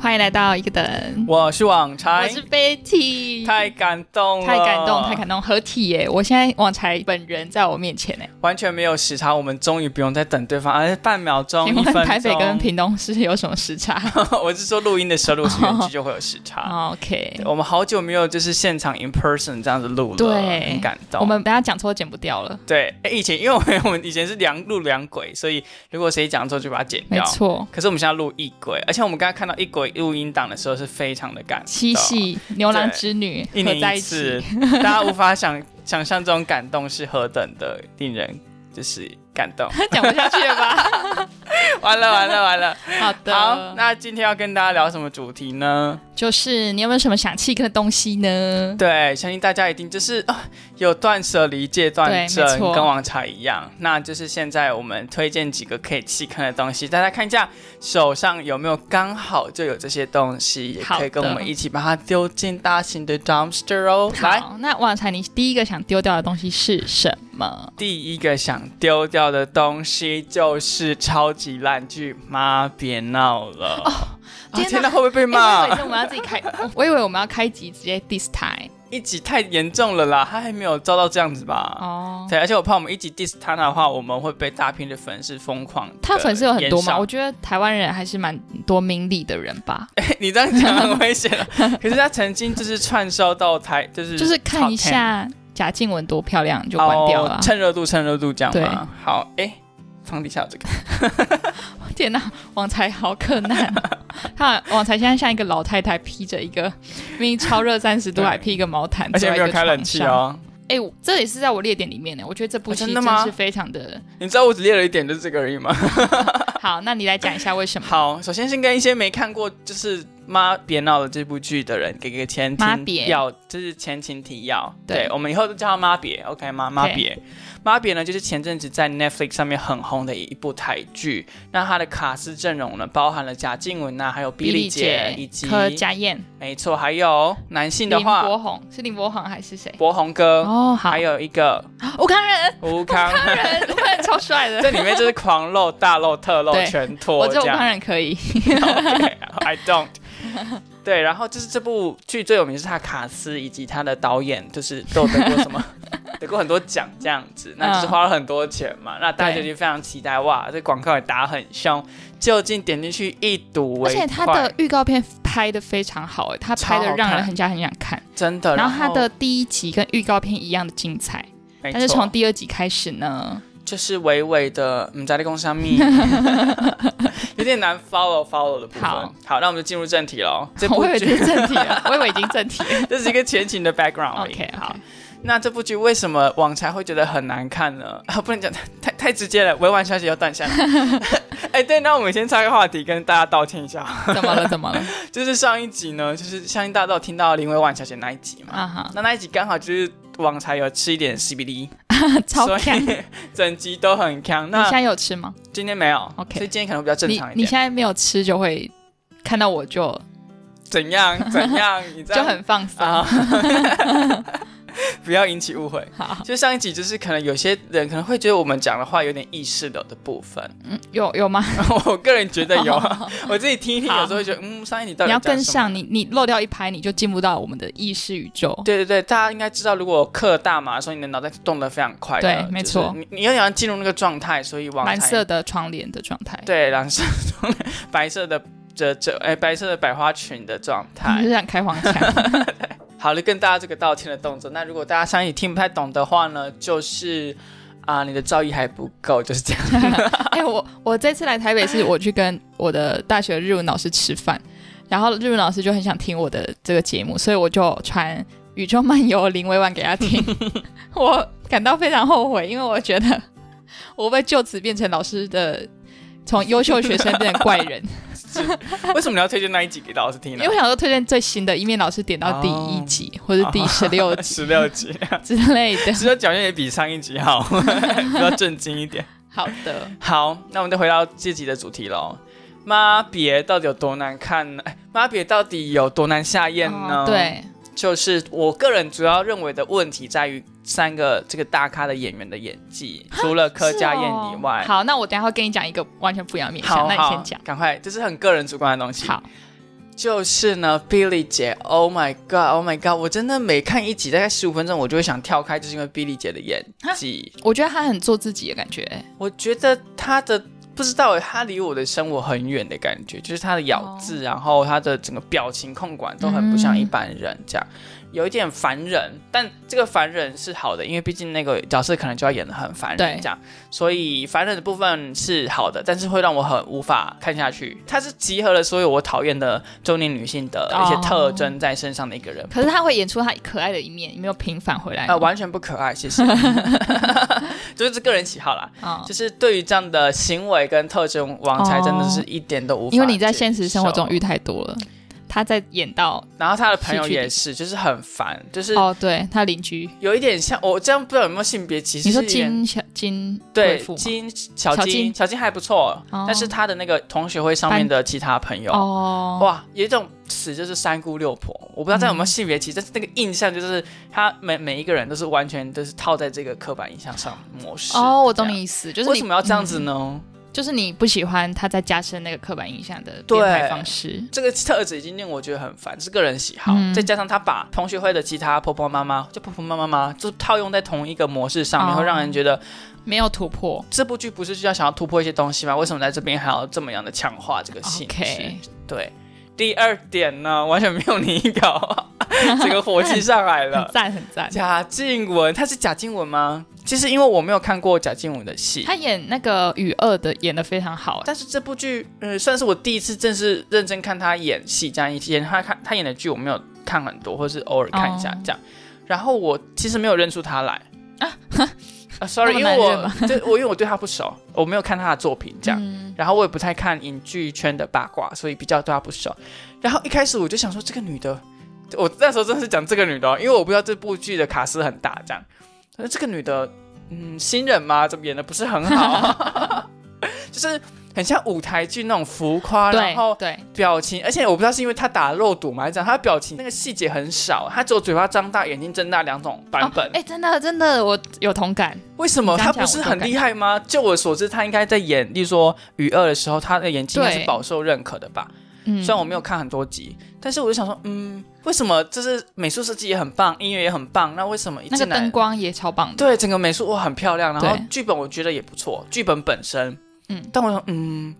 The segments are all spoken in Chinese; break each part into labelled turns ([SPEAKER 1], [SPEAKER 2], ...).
[SPEAKER 1] 欢迎来到一个 等，
[SPEAKER 2] 我是网
[SPEAKER 1] 我
[SPEAKER 2] 柴，
[SPEAKER 1] 是 Betty。
[SPEAKER 2] 太感动了，
[SPEAKER 1] 太感动，太感动，合体耶！我现在旺财本人在我面前哎，
[SPEAKER 2] 完全没有时差，我们终于不用再等对方，而、且半秒钟、
[SPEAKER 1] 请
[SPEAKER 2] 一
[SPEAKER 1] 问
[SPEAKER 2] 分钟。
[SPEAKER 1] 台北跟屏东是有什么时差
[SPEAKER 2] 我是说录音的时候，如果是远距就会有时
[SPEAKER 1] 哦
[SPEAKER 2] 差。
[SPEAKER 1] ？OK，
[SPEAKER 2] 对我们好久没有就是现场 in person 这样子录了，
[SPEAKER 1] 对
[SPEAKER 2] 很感动。
[SPEAKER 1] 我们等下讲错剪不掉了，
[SPEAKER 2] 对，哎以前因为我们我们以前是两录两轨，所以如果谁讲错就把它剪
[SPEAKER 1] 没
[SPEAKER 2] 掉。
[SPEAKER 1] 错，
[SPEAKER 2] 可是我们现在录一轨，而且我们刚刚看到一轨录音档的时候是非常的感动。
[SPEAKER 1] 七夕牛郎织女
[SPEAKER 2] 一
[SPEAKER 1] 合在
[SPEAKER 2] 年一
[SPEAKER 1] 一
[SPEAKER 2] 次
[SPEAKER 1] 起，，
[SPEAKER 2] 大家无法想想象这种感动是何等的令人就是 感动。
[SPEAKER 1] 讲不下去了 吧？
[SPEAKER 2] 完了完了完了！
[SPEAKER 1] 好
[SPEAKER 2] 好，
[SPEAKER 1] 的，
[SPEAKER 2] 那今天要跟大家聊什么主题呢？
[SPEAKER 1] 就是你有没有什么想弃坑的东西呢？
[SPEAKER 2] 对，相信大家一定就是、啊有断舍离戒断症
[SPEAKER 1] 对没，错
[SPEAKER 2] 跟王茶一样。那就是现在我们推荐几个可以弃坑的东西，大家看一下手上有没有刚好就有这些东西，也
[SPEAKER 1] 好
[SPEAKER 2] 可以跟
[SPEAKER 1] 的
[SPEAKER 2] 我们一起把它丢进大型的 dumpster 哦。来，
[SPEAKER 1] 好，那旺财，你第一个想丢掉的东西是什么？
[SPEAKER 2] 第一个想丢掉的东西就是超级烂剧，妈别闹了！
[SPEAKER 1] 哦
[SPEAKER 2] 啊
[SPEAKER 1] 天哪
[SPEAKER 2] 天哪，会不会被
[SPEAKER 1] 哎
[SPEAKER 2] 骂？
[SPEAKER 1] 我以为我们要自己开，我以为我们要开集直接 diss 台
[SPEAKER 2] 一集太严重了啦，他还没有遭到这样子吧？
[SPEAKER 1] 哦。
[SPEAKER 2] 对，而且我怕我们一集 diss 他的话，我们会被大片的粉丝疯狂地
[SPEAKER 1] 他粉丝有很多嘛，
[SPEAKER 2] 延
[SPEAKER 1] 我
[SPEAKER 2] 上
[SPEAKER 1] 觉得台湾人还是蛮多明理的人吧，
[SPEAKER 2] 你这样讲很危险 了。可是他曾经就是串烧到台，就是
[SPEAKER 1] 呃就是看
[SPEAKER 2] top
[SPEAKER 1] 一
[SPEAKER 2] 10，
[SPEAKER 1] 下贾静雯多漂亮就关掉了
[SPEAKER 2] 哦
[SPEAKER 1] 啊。
[SPEAKER 2] 趁热度，趁热度这样
[SPEAKER 1] 对
[SPEAKER 2] 吗？好，哎、放底下 有这个，
[SPEAKER 1] 天哪，网才好困 难。他网才现在像一个老太太，披着一个明明超热三十度，
[SPEAKER 2] 对
[SPEAKER 1] 还披一个毛毯，
[SPEAKER 2] 而且
[SPEAKER 1] 坐在
[SPEAKER 2] 没
[SPEAKER 1] 一个
[SPEAKER 2] 有开冷气
[SPEAKER 1] 床上。
[SPEAKER 2] 哦。
[SPEAKER 1] 哎、我这也是在我列点里面呢。我觉得这部
[SPEAKER 2] 哦
[SPEAKER 1] 戏
[SPEAKER 2] 真的吗
[SPEAKER 1] 是非常的
[SPEAKER 2] 你知道我只列了一点，就是这个而已吗？
[SPEAKER 1] 好。那你来讲一下为什么？
[SPEAKER 2] 好，首先先跟一些没看过就是《妈别闹了》这部剧的人给个前
[SPEAKER 1] 妈
[SPEAKER 2] 情
[SPEAKER 1] 别
[SPEAKER 2] 提要，就是前情提要。
[SPEAKER 1] 对
[SPEAKER 2] 对，我们以后都叫她妈别，OK 吗？妈别，妈别呢，就是前阵子在 Netflix 上面很红的一部台剧。那它的卡司阵容呢，包含了贾静雯呐、还有 比利姐，以及
[SPEAKER 1] 柯佳燕、
[SPEAKER 2] 没错，还有男性
[SPEAKER 1] 林
[SPEAKER 2] 的话，
[SPEAKER 1] 柏宏是林柏宏还是谁？
[SPEAKER 2] 博宏哥，
[SPEAKER 1] 哦，好
[SPEAKER 2] 还，有一个
[SPEAKER 1] 吴康仁，
[SPEAKER 2] 吴康。
[SPEAKER 1] 吴康仁，吴康仁超帅的。
[SPEAKER 2] 这里面就是狂露、大露、特露、
[SPEAKER 1] 对
[SPEAKER 2] 全
[SPEAKER 1] 我
[SPEAKER 2] 脱
[SPEAKER 1] 这
[SPEAKER 2] 这
[SPEAKER 1] 种
[SPEAKER 2] 样
[SPEAKER 1] 当。然可以，
[SPEAKER 2] Okay, I don't 。 对，然后就是这部剧最有名是他卡斯以及他的导演，就是都有得过 什么，得过很多奖这样子，那
[SPEAKER 1] 嗯
[SPEAKER 2] 就是花了很多钱嘛，那大家就非常期待哇，这广告也打很凶，就近点进去一睹
[SPEAKER 1] 而
[SPEAKER 2] 为快，
[SPEAKER 1] 且他的预告片拍的非常好，哎他拍
[SPEAKER 2] 超
[SPEAKER 1] 的
[SPEAKER 2] 好
[SPEAKER 1] 让人
[SPEAKER 2] 看
[SPEAKER 1] 很家很想看。
[SPEAKER 2] 真的，
[SPEAKER 1] 然
[SPEAKER 2] 然
[SPEAKER 1] 后他的第一集跟预告片一样的精彩，
[SPEAKER 2] 没错，
[SPEAKER 1] 但是从第二集开始呢，
[SPEAKER 2] 就是微微的嗯，在的工 商密，有点难 follow follow 的部分。
[SPEAKER 1] 好
[SPEAKER 2] 好，那我们就进入正题喽。 这部
[SPEAKER 1] 我以为这
[SPEAKER 2] 剧
[SPEAKER 1] 是正题了，我以为已经正题 了。
[SPEAKER 2] 这是一个前情的 background 而已。
[SPEAKER 1] OK，
[SPEAKER 2] 好
[SPEAKER 1] 好。，
[SPEAKER 2] 那这部剧为什么网才会觉得很难看呢？ 啊，不能讲太太直接了，委婉消息要断下来。 哎、对，那我们先插个话题，跟大家道歉一下。
[SPEAKER 1] 怎么了？怎么了？
[SPEAKER 2] 就是上一集呢，就是相信大家都有听到林委婉小姐那一集嘛。
[SPEAKER 1] 啊哈，
[SPEAKER 2] 那那一集刚好就是网才有吃一点 CBD，
[SPEAKER 1] 超
[SPEAKER 2] 所
[SPEAKER 1] 看。你
[SPEAKER 2] 以 整集都很强。
[SPEAKER 1] 现
[SPEAKER 2] 那
[SPEAKER 1] 在有吃吗？
[SPEAKER 2] 今天没有
[SPEAKER 1] OK
[SPEAKER 2] 所以今天可能比较正
[SPEAKER 1] 你
[SPEAKER 2] 常一
[SPEAKER 1] 你
[SPEAKER 2] 点。
[SPEAKER 1] 现在没有吃就会看到我就
[SPEAKER 2] 怎样？怎样？你这
[SPEAKER 1] 就
[SPEAKER 2] 样
[SPEAKER 1] 很放松。
[SPEAKER 2] 啊， 不要引起误会。
[SPEAKER 1] 啊好，
[SPEAKER 2] 就上一集，就是可能有些人可能会觉得我们讲的话有点意识流的部分，
[SPEAKER 1] 嗯，有有吗？
[SPEAKER 2] 我个人觉得有， 我自己听一听，
[SPEAKER 1] 好
[SPEAKER 2] 有时候会觉得，嗯，上一集到
[SPEAKER 1] 你
[SPEAKER 2] 底
[SPEAKER 1] 要
[SPEAKER 2] 讲什
[SPEAKER 1] 跟
[SPEAKER 2] 么
[SPEAKER 1] 上，。哦你你漏掉一拍，你就进不到我们的意识宇宙。
[SPEAKER 2] 对对对，大家应该知道，如果嗑大麻的时候，你的脑袋动得非常快的。
[SPEAKER 1] 对
[SPEAKER 2] 就是
[SPEAKER 1] 没错
[SPEAKER 2] 你你要想进入那个状态，所以往
[SPEAKER 1] 蓝色的窗帘的状态，
[SPEAKER 2] 对蓝色 白色的这这哎白色的百花裙的状
[SPEAKER 1] 你
[SPEAKER 2] 态
[SPEAKER 1] 就。想开黄腔。
[SPEAKER 2] 好了，跟大家这个道歉的动作。那如果大家上一集听不太懂的话呢，就是啊、你的造诣还不够，就是这样。
[SPEAKER 1] 哎、我我这次来台北是我去跟我的大学日文老师吃饭，然后日文老师就很想听我的这个节目，所以我就传《宇宙漫游》林委婉给他 听。我感到非常后悔，因为我觉得我会就此变成老师的。从优秀学生变成怪 人，
[SPEAKER 2] 为什么你要推荐那一集给老师听
[SPEAKER 1] 因
[SPEAKER 2] 呢
[SPEAKER 1] 为？我想说推荐最新的，以免老师点到第一集、
[SPEAKER 2] 哦
[SPEAKER 1] 或者第十六集
[SPEAKER 2] 十六集，
[SPEAKER 1] 之类的。
[SPEAKER 2] 十六集好像也比上一集好， 比较震惊一点。
[SPEAKER 1] 好的，
[SPEAKER 2] 好，那我们再回到这集的主题喽。妈别到底有多难看呢？哎妈别到底有多难下咽呢、
[SPEAKER 1] 哦，对，
[SPEAKER 2] 就是我个人主要认为的问题在于三个这个大咖的演员的演技，除了柯佳燕以外
[SPEAKER 1] 是哦，好，那我等一下会跟你讲一个完全不一样的面
[SPEAKER 2] 好
[SPEAKER 1] 向，那你
[SPEAKER 2] 好
[SPEAKER 1] 先讲。
[SPEAKER 2] 赶快，这是很个人主观的东西。
[SPEAKER 1] 好，
[SPEAKER 2] 就是呢，Billy 姐，Oh my God，Oh my God，我真的每看一集大概十五分钟，我就会想跳开，就是因为 Billy 姐的演技。
[SPEAKER 1] 我觉得他很做自己的感觉，
[SPEAKER 2] 我觉得她的不知道欸她离我的生活很远的感觉，就是她的咬字，然后她的整个表情控管都很不像一般人，这样、有一点烦人。但这个烦人是好的，因为毕竟那个角色可能就要演的很烦人
[SPEAKER 1] 对
[SPEAKER 2] 这样，所以烦人的部分是好的，但是会让我很无法看下去。她是集合了所有我讨厌的中年女性的一些
[SPEAKER 1] 哦
[SPEAKER 2] 特征在身上的一个人。
[SPEAKER 1] 可是他会演出他可爱的一面，你没有平反回来
[SPEAKER 2] 呃，
[SPEAKER 1] 吗
[SPEAKER 2] 完全不可爱，谢 谢，就是个人喜好啦。
[SPEAKER 1] 啊、
[SPEAKER 2] 就是对于这样的行为跟特征，王才真的是一点都无
[SPEAKER 1] 哦
[SPEAKER 2] 法。
[SPEAKER 1] 因为你在现实生活中遇，太多了。他在演到
[SPEAKER 2] 然后他的朋友也是，就是很烦，就是
[SPEAKER 1] 哦，对他邻居，
[SPEAKER 2] 有一点像我这样，不知道有没有性别歧视。
[SPEAKER 1] 你说
[SPEAKER 2] 是有点
[SPEAKER 1] 金小金贵
[SPEAKER 2] 对
[SPEAKER 1] 妇吗
[SPEAKER 2] 金
[SPEAKER 1] 小
[SPEAKER 2] 小金
[SPEAKER 1] 金
[SPEAKER 2] 小金还不错，
[SPEAKER 1] 哦
[SPEAKER 2] 但是他的那个同学会上面的其他朋友，
[SPEAKER 1] 哦，
[SPEAKER 2] 哇，有一种词就是三姑六婆，我不知道这有没有性别歧视，但是那个印象就是他每每一个人都是完全都是套在这个刻板印象上模式。
[SPEAKER 1] 哦，我
[SPEAKER 2] 这
[SPEAKER 1] 懂
[SPEAKER 2] 样。
[SPEAKER 1] 你意思，就是
[SPEAKER 2] 为
[SPEAKER 1] 你嗯
[SPEAKER 2] 什么要这样子呢？
[SPEAKER 1] 就是你不喜欢他在加深那个刻板印象的
[SPEAKER 2] 对啊
[SPEAKER 1] 编排方式。
[SPEAKER 2] 这个特质已经令我觉得很烦，是个人喜好，
[SPEAKER 1] 嗯
[SPEAKER 2] 再加上他把同学会的其他婆婆妈妈，就婆婆妈妈嘛，就套用在同一个模式上面，
[SPEAKER 1] 哦
[SPEAKER 2] 会让人觉得
[SPEAKER 1] 没有突破。
[SPEAKER 2] 这部剧不是就要想要突破一些东西吗？为什么在这边还要这么样的强化这个性质
[SPEAKER 1] OK，
[SPEAKER 2] 对，第二点呢，完全没有你搞， 这个火气上来
[SPEAKER 1] 很
[SPEAKER 2] 了。
[SPEAKER 1] 赞很赞。
[SPEAKER 2] 贾静雯，她是贾静雯吗？其实因为我没有看过贾静雯的戏，
[SPEAKER 1] 他演那个雨二的演的非常好，哎
[SPEAKER 2] 但是这部剧，呃，算是我第一次正式认真看他演戏这样一天，他看他演的剧我没有看很多，或是偶尔看一下
[SPEAKER 1] 哦
[SPEAKER 2] 这样。然后我其实没有认出 他来啊 s o r r
[SPEAKER 1] 那
[SPEAKER 2] y 因
[SPEAKER 1] 么难
[SPEAKER 2] 为
[SPEAKER 1] 认
[SPEAKER 2] 我
[SPEAKER 1] 吗
[SPEAKER 2] 对我因为我对他不熟，我没有看他的作品这样。
[SPEAKER 1] 嗯
[SPEAKER 2] 然后我也不太看影剧圈的八卦，所以比较对她不熟。然后一开始我就想说，这个女的，我那时候真的是讲这个女的哦、因为我不知道这部剧的卡斯很大，这样。那这个女的，嗯，新人嘛，怎么演的不是很好？就是很像舞台剧那种浮夸，然后
[SPEAKER 1] 对哦对，
[SPEAKER 2] 表情，而且我不知道是因为她打肉毒嘛，还是怎样，她的表情那个细节很少，她只有嘴巴张大、眼睛睁大两种版本。
[SPEAKER 1] 哎、真的真的，我有同感。
[SPEAKER 2] 为什么
[SPEAKER 1] 你这
[SPEAKER 2] 他
[SPEAKER 1] 样
[SPEAKER 2] 不
[SPEAKER 1] 讲
[SPEAKER 2] 是
[SPEAKER 1] 我就
[SPEAKER 2] 很
[SPEAKER 1] 感
[SPEAKER 2] 厉害吗？就我所知，他应该在演，例如说《雨二》的时候，他的演技应该是
[SPEAKER 1] 对
[SPEAKER 2] 饱受认可的吧？
[SPEAKER 1] 嗯，
[SPEAKER 2] 虽然我没有看很多集，但是我就想说，嗯，为什么就是美术设计也很棒，音乐也很棒，那为什么一
[SPEAKER 1] 那个
[SPEAKER 2] 进来
[SPEAKER 1] 灯光也超棒的，
[SPEAKER 2] 对整个美术哇很漂亮，然后
[SPEAKER 1] 对
[SPEAKER 2] 剧本我觉得也不错，剧本本身，
[SPEAKER 1] 嗯
[SPEAKER 2] 但我想，嗯，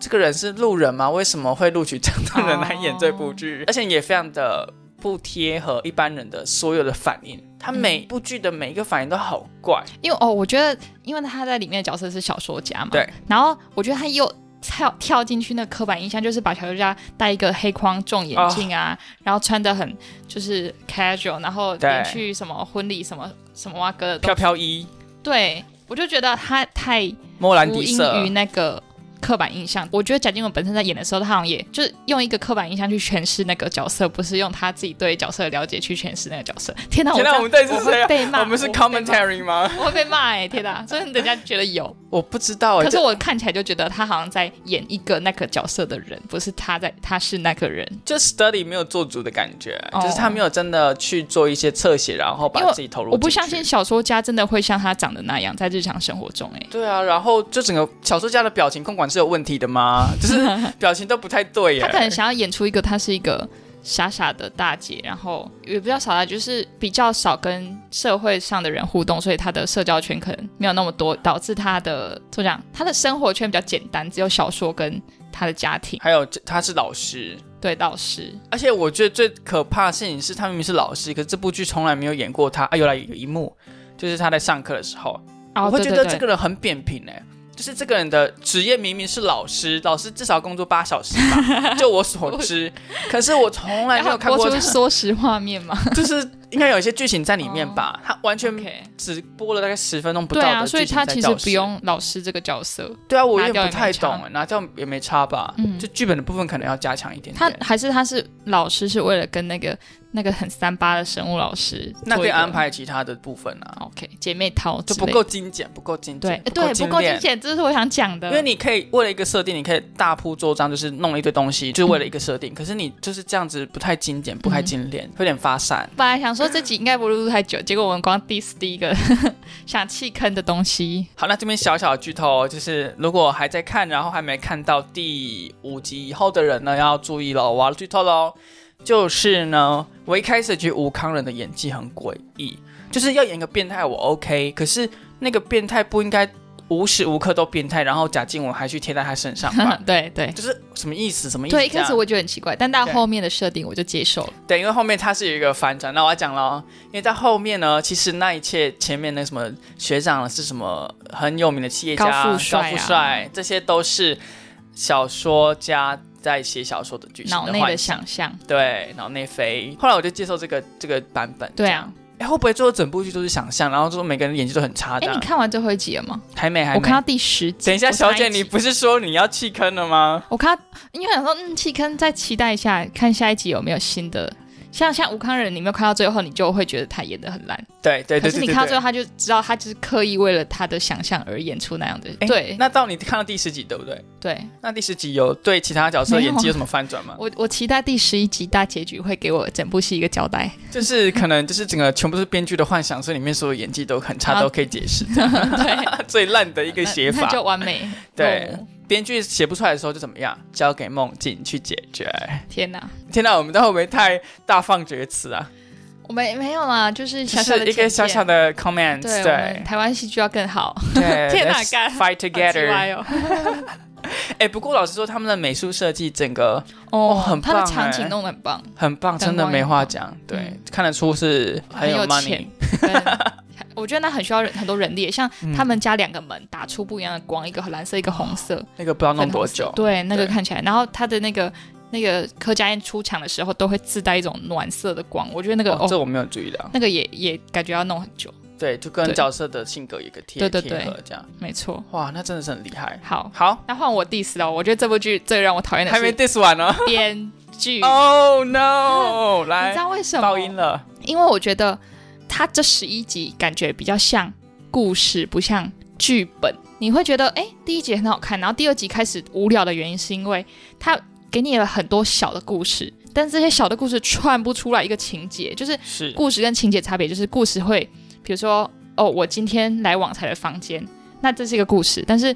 [SPEAKER 2] 这个人是路人吗？为什么会录取这样的人
[SPEAKER 1] 哦
[SPEAKER 2] 来演这部剧？而且也非常的不贴合一般人的所有的反应，他每部剧的每一个反应都好怪。
[SPEAKER 1] 因为哦，我觉得因为他在里面的角色是小说家嘛，
[SPEAKER 2] 对，
[SPEAKER 1] 然后我觉得他又。跳跳进去那个刻板印象，就是把小说家戴一个黑框重眼镜
[SPEAKER 2] 哦
[SPEAKER 1] 啊，然后穿的很就是 casual，然后
[SPEAKER 2] 对
[SPEAKER 1] 连去什么婚礼什么什么哇哥的都
[SPEAKER 2] 飘飘衣、
[SPEAKER 1] 对，我就觉得他太
[SPEAKER 2] 莫兰
[SPEAKER 1] 无
[SPEAKER 2] 迪
[SPEAKER 1] 因
[SPEAKER 2] 色
[SPEAKER 1] 于，那个刻板印象。我觉得贾静雯本身在演的时候，她好像也就是用一个刻板印象去诠释那个角色，不是用她自己对角色的了解去诠释那个角色。 天哪，
[SPEAKER 2] 天哪
[SPEAKER 1] 我
[SPEAKER 2] 我们到底是谁啊
[SPEAKER 1] 会被骂，
[SPEAKER 2] 我们是
[SPEAKER 1] 会被骂
[SPEAKER 2] commentary 吗？
[SPEAKER 1] 我会被骂哎、天哪！所以人家觉得有，
[SPEAKER 2] 我不知道哎、
[SPEAKER 1] 可是
[SPEAKER 2] 这
[SPEAKER 1] 我看起来就觉得她好像在演一个那个角色的人，不是她在，她是那个人。
[SPEAKER 2] 就 study 没有做足的感觉，
[SPEAKER 1] 哦
[SPEAKER 2] 就是他没有真的去做一些侧写，然后
[SPEAKER 1] 因
[SPEAKER 2] 把
[SPEAKER 1] 为
[SPEAKER 2] 自己投入。
[SPEAKER 1] 我不相信。小说家真的会像她长得那样，在日常生活中哎、
[SPEAKER 2] 对啊，然后就整个小说家的表情控管是有问题的吗？ 就是表情都不太对耶。
[SPEAKER 1] 他可能想要演出一个她是一个傻傻的大姐，然后也不叫傻大姐，就是比较少跟社会上的人互动，所以她的社交圈可能没有那么多，导致她的怎么讲，她的生活圈比较简单，只有小说跟她的家庭，
[SPEAKER 2] 还有这他是老师，
[SPEAKER 1] 对老师，
[SPEAKER 2] 而且我觉得最可怕的事情是，他明明是老师，可是这部剧从来没有演过他。啊，有来有一幕，就是他在上课的时候，
[SPEAKER 1] 哦，
[SPEAKER 2] 我会
[SPEAKER 1] 对
[SPEAKER 2] 觉
[SPEAKER 1] 对
[SPEAKER 2] 得
[SPEAKER 1] 对，
[SPEAKER 2] 这个人很扁平哎、就是这个人的职业明明是老师，老师至少工作八小时 吧，就我所知。可是我从来没有
[SPEAKER 1] 要
[SPEAKER 2] 看过
[SPEAKER 1] 播
[SPEAKER 2] 他
[SPEAKER 1] 出，缩时画面 嘛
[SPEAKER 2] 就是应该有一些剧情在里面吧，他完全
[SPEAKER 1] 哦，OK，
[SPEAKER 2] 只播了大概十分钟不
[SPEAKER 1] 嗯
[SPEAKER 2] 到
[SPEAKER 1] 对
[SPEAKER 2] 的
[SPEAKER 1] 啊，所以
[SPEAKER 2] 剧情
[SPEAKER 1] 她
[SPEAKER 2] 在
[SPEAKER 1] 其实
[SPEAKER 2] 教
[SPEAKER 1] 不
[SPEAKER 2] 室
[SPEAKER 1] 用老师这个角色，
[SPEAKER 2] 对啊，我
[SPEAKER 1] 拿
[SPEAKER 2] 有
[SPEAKER 1] 掉
[SPEAKER 2] 点
[SPEAKER 1] 也
[SPEAKER 2] 不太
[SPEAKER 1] 没差
[SPEAKER 2] 懂欸，拿掉也没差吧？
[SPEAKER 1] 嗯
[SPEAKER 2] 就剧本的部分可能要加强一点
[SPEAKER 1] 她
[SPEAKER 2] 点。
[SPEAKER 1] 还是她是老师是为了跟那个那个很三八的生物老师，
[SPEAKER 2] 那可以安。排其他的部分啊，
[SPEAKER 1] OK，姐妹淘
[SPEAKER 2] 就
[SPEAKER 1] 之
[SPEAKER 2] 不
[SPEAKER 1] 类的
[SPEAKER 2] 够精简，不够精
[SPEAKER 1] 对
[SPEAKER 2] 简，，
[SPEAKER 1] 诶对，不够
[SPEAKER 2] 精
[SPEAKER 1] 精
[SPEAKER 2] 炼。
[SPEAKER 1] 简，这是我想讲的。
[SPEAKER 2] 因为你可以为了一个设定，你可以大铺周章，就是
[SPEAKER 1] 嗯
[SPEAKER 2] 弄
[SPEAKER 1] 嗯
[SPEAKER 2] 了一堆东西，就是为了一个设定。可是你就是这样子不太精简，不太精炼，有点发散。
[SPEAKER 1] 本来想说这集应该不会录太久，结果我们光 diss 第一个 想弃坑的东西。？
[SPEAKER 2] 好，那这边小小的剧透哦，就是如果还在看，然后还没看到第五集以后的人呢，要注意喽，我要剧透喽。就是呢，我一开始觉得吴康仁的演技很诡异，就是要演一个变态我 OK，可是那个变态不应该无时无刻都变态，然后贾静雯还去贴在他身上吧
[SPEAKER 1] 对对
[SPEAKER 2] 就是什么意思？什么意思这
[SPEAKER 1] 哎对，一
[SPEAKER 2] 样？
[SPEAKER 1] 开始我觉得很奇怪，但到
[SPEAKER 2] 对
[SPEAKER 1] 后面的设定我就接受了。
[SPEAKER 2] 对，因为后面它是有一个反转，那我要讲了哦，因为在后面呢，其实那一切前面那什么学长是什么很有名的企业家
[SPEAKER 1] 高富帅啊
[SPEAKER 2] 高富帅这些都是小说家在写小说的剧情
[SPEAKER 1] 脑内
[SPEAKER 2] 幻
[SPEAKER 1] 的
[SPEAKER 2] 想，
[SPEAKER 1] 想象，
[SPEAKER 2] 对，脑内飞。后来我就接受这个这个版本，
[SPEAKER 1] 对啊。
[SPEAKER 2] 这样，哎，会不会最后整部剧都是想象，然后就是每个人演技都很差
[SPEAKER 1] 哎、
[SPEAKER 2] 的
[SPEAKER 1] 你？看完最后一集了吗？
[SPEAKER 2] 还啊没，还没。
[SPEAKER 1] 我看到第十集。
[SPEAKER 2] 等一下，
[SPEAKER 1] 我
[SPEAKER 2] 小
[SPEAKER 1] 差
[SPEAKER 2] 姐，
[SPEAKER 1] 集
[SPEAKER 2] 你不是说你要弃坑了吗？
[SPEAKER 1] 我看到，因为想说，嗯，弃坑再期待一下，看下一集有没有新的。像像吴康仁，你没有看到最后，你就会觉得他演的很烂。
[SPEAKER 2] 对对
[SPEAKER 1] 可
[SPEAKER 2] 对
[SPEAKER 1] 是
[SPEAKER 2] 对
[SPEAKER 1] 你
[SPEAKER 2] 对
[SPEAKER 1] 看到最
[SPEAKER 2] 对
[SPEAKER 1] 后，。他就知道他就是刻意为了他的想象而演出那样的。
[SPEAKER 2] 哎
[SPEAKER 1] 对
[SPEAKER 2] 那到你看到第十集对不对？
[SPEAKER 1] 对，
[SPEAKER 2] 那第十集有对其他角色的演技有什么翻转吗？
[SPEAKER 1] 我我期待第十一集大结局会给我整部戏一个交 代。
[SPEAKER 2] 就是可能就是整个全部都是编剧的幻想，所以里面所有演技都很差，
[SPEAKER 1] 啊
[SPEAKER 2] 都可以 解释。
[SPEAKER 1] 对，
[SPEAKER 2] 最烂的一个写
[SPEAKER 1] 那那
[SPEAKER 2] 法，
[SPEAKER 1] 就完美。
[SPEAKER 2] 对
[SPEAKER 1] 哦
[SPEAKER 2] 编剧写不出来的时候就怎么样，交给梦境去解决。
[SPEAKER 1] 天哪，
[SPEAKER 2] 天哪，我们都会不会太大放厥词啊？
[SPEAKER 1] 我们没有啦，就是
[SPEAKER 2] 就
[SPEAKER 1] 小小的
[SPEAKER 2] 是一个小小
[SPEAKER 1] 的。
[SPEAKER 2] 的 comment，
[SPEAKER 1] 对，
[SPEAKER 2] 对
[SPEAKER 1] 我们台湾戏剧要更好。
[SPEAKER 2] 对
[SPEAKER 1] 天哪
[SPEAKER 2] let's
[SPEAKER 1] 干
[SPEAKER 2] ，fight
[SPEAKER 1] 好鸡
[SPEAKER 2] together。
[SPEAKER 1] 歪哦
[SPEAKER 2] 哎，不过老实说，他们的美术设计整个
[SPEAKER 1] 哦，
[SPEAKER 2] 很
[SPEAKER 1] 他的
[SPEAKER 2] 棒
[SPEAKER 1] 场
[SPEAKER 2] 哎
[SPEAKER 1] 景弄得很棒，
[SPEAKER 2] 很
[SPEAKER 1] 灯光
[SPEAKER 2] 棒，真的没话讲。
[SPEAKER 1] 也很
[SPEAKER 2] 对
[SPEAKER 1] 棒，
[SPEAKER 2] 看得出是很有
[SPEAKER 1] 有
[SPEAKER 2] money 嗯
[SPEAKER 1] 钱。。跟 我觉得那很需要人很多人力，像他们家两个门打出不一样的光，一个蓝色，一个红色，
[SPEAKER 2] 那个不知道哦弄
[SPEAKER 1] 粉红
[SPEAKER 2] 多
[SPEAKER 1] 色
[SPEAKER 2] 久，
[SPEAKER 1] 对，那个
[SPEAKER 2] 对
[SPEAKER 1] 看起来，然后他的那个那个柯佳燕出场的时候都会自带一种暖色的光，我觉得那个
[SPEAKER 2] 哦
[SPEAKER 1] 哦，
[SPEAKER 2] 这我没有注意到。
[SPEAKER 1] 那个也也感觉要弄很久，
[SPEAKER 2] 对，就跟
[SPEAKER 1] 对
[SPEAKER 2] 角色的性格有一个贴
[SPEAKER 1] 对对对
[SPEAKER 2] 贴合这样。
[SPEAKER 1] 没错。
[SPEAKER 2] 哇，那真的是很厉害。
[SPEAKER 1] 好，
[SPEAKER 2] 好，
[SPEAKER 1] 那换我 diss 了，我觉得这部剧最让我讨厌的
[SPEAKER 2] 还没
[SPEAKER 1] 是
[SPEAKER 2] diss 完呢。
[SPEAKER 1] 编剧，
[SPEAKER 2] Oh no！
[SPEAKER 1] 你知
[SPEAKER 2] 来，
[SPEAKER 1] 道为什么？
[SPEAKER 2] 爆音了。
[SPEAKER 1] 因为我觉得它这十一集感觉比较像故事，不像剧本。你会觉得，哎，第一集很好看，然后第二集开始无聊的原因是因为它给你了很多小的故事，但这些小的故事串不出来一个情节，就是
[SPEAKER 2] 是
[SPEAKER 1] 故事跟情节差别，就是故事会，比如说，哦，我今天来往才的房间，那这是一个故事，但是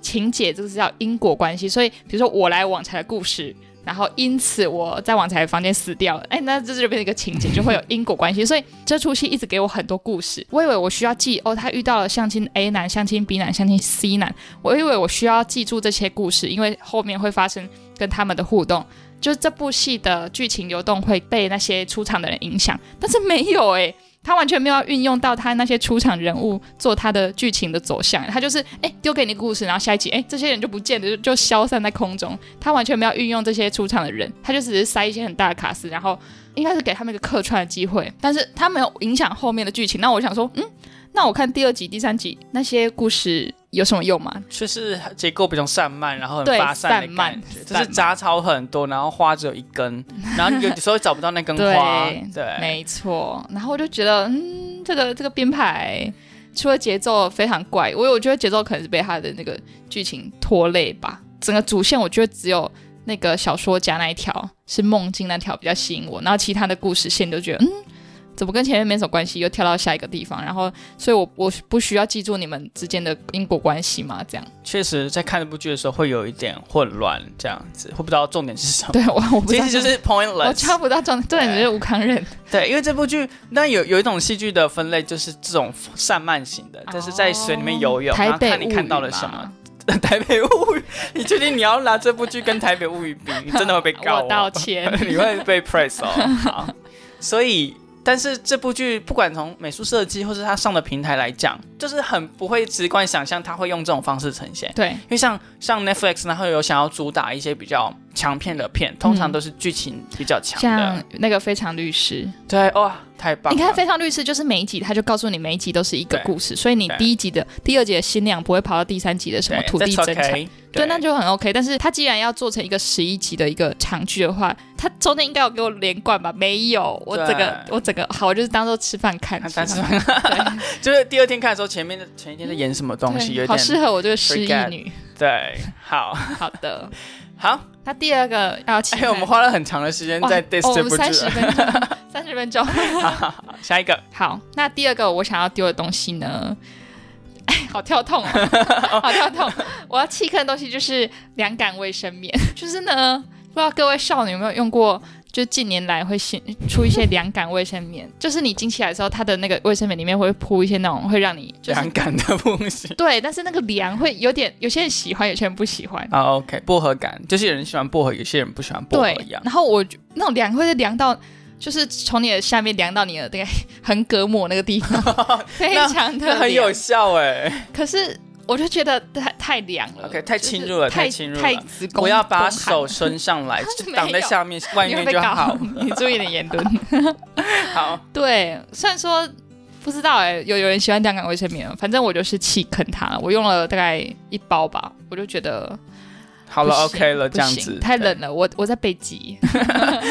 [SPEAKER 1] 情节就是叫因果关系，所以比如说我来往才的故事，然后因此我在往才的房间死掉了，哎，那这就变成一个情节，就会有因果关系，所以这出戏一直给我很多故事，我以为我需要记哦，他遇到了相亲 A 男、相亲 B 男、相亲 C 男，我以为我需要记住这些故事，因为后面会发生跟他们的互动。就是这部戏的剧情流动会被那些出场的人影响，但是没有诶、他完全没有要运用到他那些出场人物做他的剧情的走向，他就是诶丢给你个故事，然后下一集欸诶这些人就不见了，就就消散在空中，他完全没有运用这些出场的人，他就只是塞一些很大的卡司，然后应该是给他们一个客串的机会，但是他没有影响后面的剧情。那我想说，嗯，那我看第二集、第三集那些故事有什么用吗？
[SPEAKER 2] 就是结构比较散漫，然后很
[SPEAKER 1] 对
[SPEAKER 2] 发散的
[SPEAKER 1] 散漫
[SPEAKER 2] 感觉，就
[SPEAKER 1] 散
[SPEAKER 2] 是
[SPEAKER 1] 漫
[SPEAKER 2] 杂草很多，然后花只有一 根，然后有时候找不到那根花
[SPEAKER 1] 对。
[SPEAKER 2] 对，
[SPEAKER 1] 没错，然后我就觉得，嗯，这个这个编排除了节奏非常怪，我我觉得节奏可能是被他的那个剧情拖累吧。整个主线我觉得只有那个小说家那一条是梦境那条比较吸引我，然后其他的故事线就觉得，嗯，怎么跟前面没什么关系，又跳到下一个地方，然后所以我我不需要记住你们之间的因果关系嘛？这样，
[SPEAKER 2] 确实在看这部剧的时候会有一点混乱，这样子，会不知道重点是什 么。
[SPEAKER 1] 对我我不知
[SPEAKER 2] 其
[SPEAKER 1] 道
[SPEAKER 2] 实
[SPEAKER 1] 重
[SPEAKER 2] 就是
[SPEAKER 1] 我抓
[SPEAKER 2] pointless，
[SPEAKER 1] 不到 重点，重点就是吴康 仁，
[SPEAKER 2] 对，因为这部剧，那有有一种戏剧的分类就是这种散漫型的，就是在水里面游泳，
[SPEAKER 1] 哦
[SPEAKER 2] 然
[SPEAKER 1] 台
[SPEAKER 2] 后
[SPEAKER 1] 北
[SPEAKER 2] 看你看到了
[SPEAKER 1] 物语
[SPEAKER 2] 什么
[SPEAKER 1] 嘛，
[SPEAKER 2] 台北物语，你确定你要拿这部剧跟台北物语比，你真的会被告、哦。
[SPEAKER 1] 我道歉。
[SPEAKER 2] 你会被 press 哦。好，所以。但是这部剧不管从美术设计或是它上的平台来讲，就是很不会直观想象它会用这种方式呈现。
[SPEAKER 1] 对，
[SPEAKER 2] 因为像像 Netflix，然后有想要主打一些比较强片的片，通常
[SPEAKER 1] 嗯
[SPEAKER 2] 都是剧情比较强的。
[SPEAKER 1] 像那个非常律师，
[SPEAKER 2] 对，哇、太棒了！啊
[SPEAKER 1] 你看《非常律师》就是每一集，他就告诉你每一集都是一个
[SPEAKER 2] 对
[SPEAKER 1] 故事，所以你
[SPEAKER 2] 对
[SPEAKER 1] 第一集的、第二集的新娘不会跑到第三集的什么
[SPEAKER 2] 对
[SPEAKER 1] 土地
[SPEAKER 2] that's
[SPEAKER 1] 争产
[SPEAKER 2] OK，
[SPEAKER 1] 对，那就很 OK。但是他既然要做成一个十一集的一个长剧的话，他中间应该有给我连贯吧？没有，我
[SPEAKER 2] 对
[SPEAKER 1] 整个我整个好，我就是当做吃饭看，
[SPEAKER 2] 看但是
[SPEAKER 1] 看
[SPEAKER 2] 就是第二天看的时候，前面的前一天在演什么东西，有
[SPEAKER 1] 对，
[SPEAKER 2] 一
[SPEAKER 1] 好
[SPEAKER 2] 点
[SPEAKER 1] 适合我这个失忆
[SPEAKER 2] forget
[SPEAKER 1] 女。
[SPEAKER 2] 对，好。
[SPEAKER 1] 好的，
[SPEAKER 2] 好，
[SPEAKER 1] 他第二个要期
[SPEAKER 2] 哎、
[SPEAKER 1] 待，
[SPEAKER 2] 我们花了很长的时间
[SPEAKER 1] 哇
[SPEAKER 2] 在 diss
[SPEAKER 1] 哦我
[SPEAKER 2] 这
[SPEAKER 1] 们
[SPEAKER 2] 部剧
[SPEAKER 1] 三十
[SPEAKER 2] 了。
[SPEAKER 1] 分钟，三十分钟。
[SPEAKER 2] 好好好下一个，
[SPEAKER 1] 好，那第二个我想要丢的东西呢？ 哎，好跳痛、哦， 好跳痛！我要弃坑的东西就是凉感卫生棉， 就是呢，不知道各位少女有没有用过？就近年来会新出一些凉感卫生棉， 就是你经期来的时候，它的那个卫生棉里面会铺一些那种会让你就是
[SPEAKER 2] 凉感的不 行。
[SPEAKER 1] 对，但是那个凉会有点，有些人喜欢，有些人不喜欢。
[SPEAKER 2] 啊，OK，薄荷感，就是有人喜欢薄荷，有些人不喜欢薄荷
[SPEAKER 1] 对
[SPEAKER 2] 一样，。
[SPEAKER 1] 然后我就那种凉会是凉到，就是从你的下面凉到你的大概 横膈膜那个地 方，非常的
[SPEAKER 2] 那很有
[SPEAKER 1] 凉
[SPEAKER 2] 效哎、
[SPEAKER 1] 可是我就觉得太太凉了
[SPEAKER 2] OK，太
[SPEAKER 1] 就是
[SPEAKER 2] 侵入了太
[SPEAKER 1] 太
[SPEAKER 2] 侵入了
[SPEAKER 1] 太子宫，
[SPEAKER 2] 不要把
[SPEAKER 1] 宫寒
[SPEAKER 2] 手伸上来，就
[SPEAKER 1] 没
[SPEAKER 2] 挡在
[SPEAKER 1] 有
[SPEAKER 2] 下面外
[SPEAKER 1] 你会
[SPEAKER 2] 面
[SPEAKER 1] 被
[SPEAKER 2] 就
[SPEAKER 1] 告
[SPEAKER 2] 好。
[SPEAKER 1] 你注意你的言论。
[SPEAKER 2] 好，
[SPEAKER 1] 对，虽然说不知道哎、有有人喜欢凉感卫生棉，反正我就是弃坑它了。我用了大概一包吧，我就觉得
[SPEAKER 2] 好了
[SPEAKER 1] 不行
[SPEAKER 2] ，OK 了，
[SPEAKER 1] 不
[SPEAKER 2] 这样
[SPEAKER 1] 行
[SPEAKER 2] 子
[SPEAKER 1] 太
[SPEAKER 2] 对
[SPEAKER 1] 冷了，我我在北极，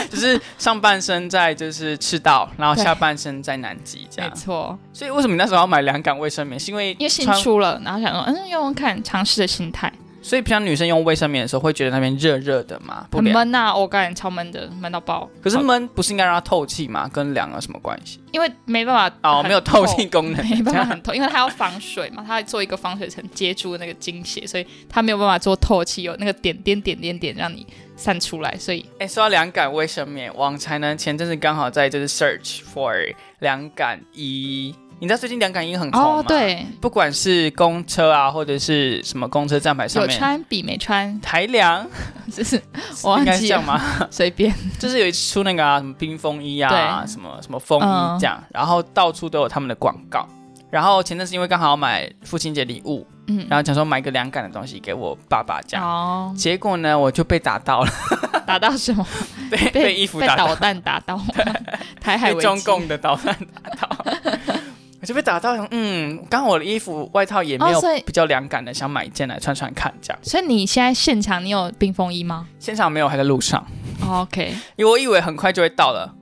[SPEAKER 2] 就是上半身在就是赤道，然后
[SPEAKER 1] 对
[SPEAKER 2] 下半身在南极这
[SPEAKER 1] 没
[SPEAKER 2] 样。
[SPEAKER 1] 错，
[SPEAKER 2] 所以为什么你那时候要买凉感卫生棉？是因为
[SPEAKER 1] 因为新
[SPEAKER 2] 穿，
[SPEAKER 1] 出了，然后想说嗯用用看，尝试的心态。
[SPEAKER 2] 所以平常女生用卫生棉的时候会觉得那边热热的嘛，不
[SPEAKER 1] 很
[SPEAKER 2] 凉。
[SPEAKER 1] 闷呐、我感觉超闷的，闷到爆。
[SPEAKER 2] 可是闷不是应该让它透气吗？跟凉啊有什么关系？
[SPEAKER 1] 因为没办法
[SPEAKER 2] 哦，
[SPEAKER 1] 很
[SPEAKER 2] 没有透气功能，
[SPEAKER 1] 没办
[SPEAKER 2] 这
[SPEAKER 1] 法
[SPEAKER 2] 样
[SPEAKER 1] 很透，因为它要防水嘛，它要做一个防水层接住那个精血，所以它没有办法做透气，有那个点点点点点让你散出来，所以
[SPEAKER 2] 哎、说到凉感卫生棉，网才呢前阵子刚好在就是 search for 凉感衣，你知道最近凉感衣很红吗？
[SPEAKER 1] 哦，对，
[SPEAKER 2] 不管是公车啊，或者是什么公车站牌上
[SPEAKER 1] 有
[SPEAKER 2] 面，
[SPEAKER 1] 穿比没穿，
[SPEAKER 2] 台凉
[SPEAKER 1] 就是我 忘
[SPEAKER 2] 应该是
[SPEAKER 1] 记
[SPEAKER 2] 这样
[SPEAKER 1] 了，
[SPEAKER 2] 吗？
[SPEAKER 1] 随便，
[SPEAKER 2] 就是有一次出那个啊，什么冰风衣啊，
[SPEAKER 1] 对嗯
[SPEAKER 2] 什么什么风衣这样，然后到处都有他们的广告。然后前阵子因为刚好要买父亲节礼物，
[SPEAKER 1] 嗯，
[SPEAKER 2] 然后想说买个凉感的东西给我爸爸这样，
[SPEAKER 1] 哦，
[SPEAKER 2] 结果呢我就被打到了，
[SPEAKER 1] 打到什么？
[SPEAKER 2] 被被衣服
[SPEAKER 1] 被
[SPEAKER 2] 打到
[SPEAKER 1] 导弹打 到，台海
[SPEAKER 2] 被
[SPEAKER 1] 危
[SPEAKER 2] 中
[SPEAKER 1] 机
[SPEAKER 2] 共的导弹打 到，我就被打到。嗯，刚好我的衣服外套也没有
[SPEAKER 1] 哦所以
[SPEAKER 2] 比较凉感的，想买一件来穿穿看。这样
[SPEAKER 1] 所以你现在现场你有冰风衣吗、
[SPEAKER 2] 现场没有，还在路上，
[SPEAKER 1] 哦、？OK，
[SPEAKER 2] 因为我以为很快就会到了。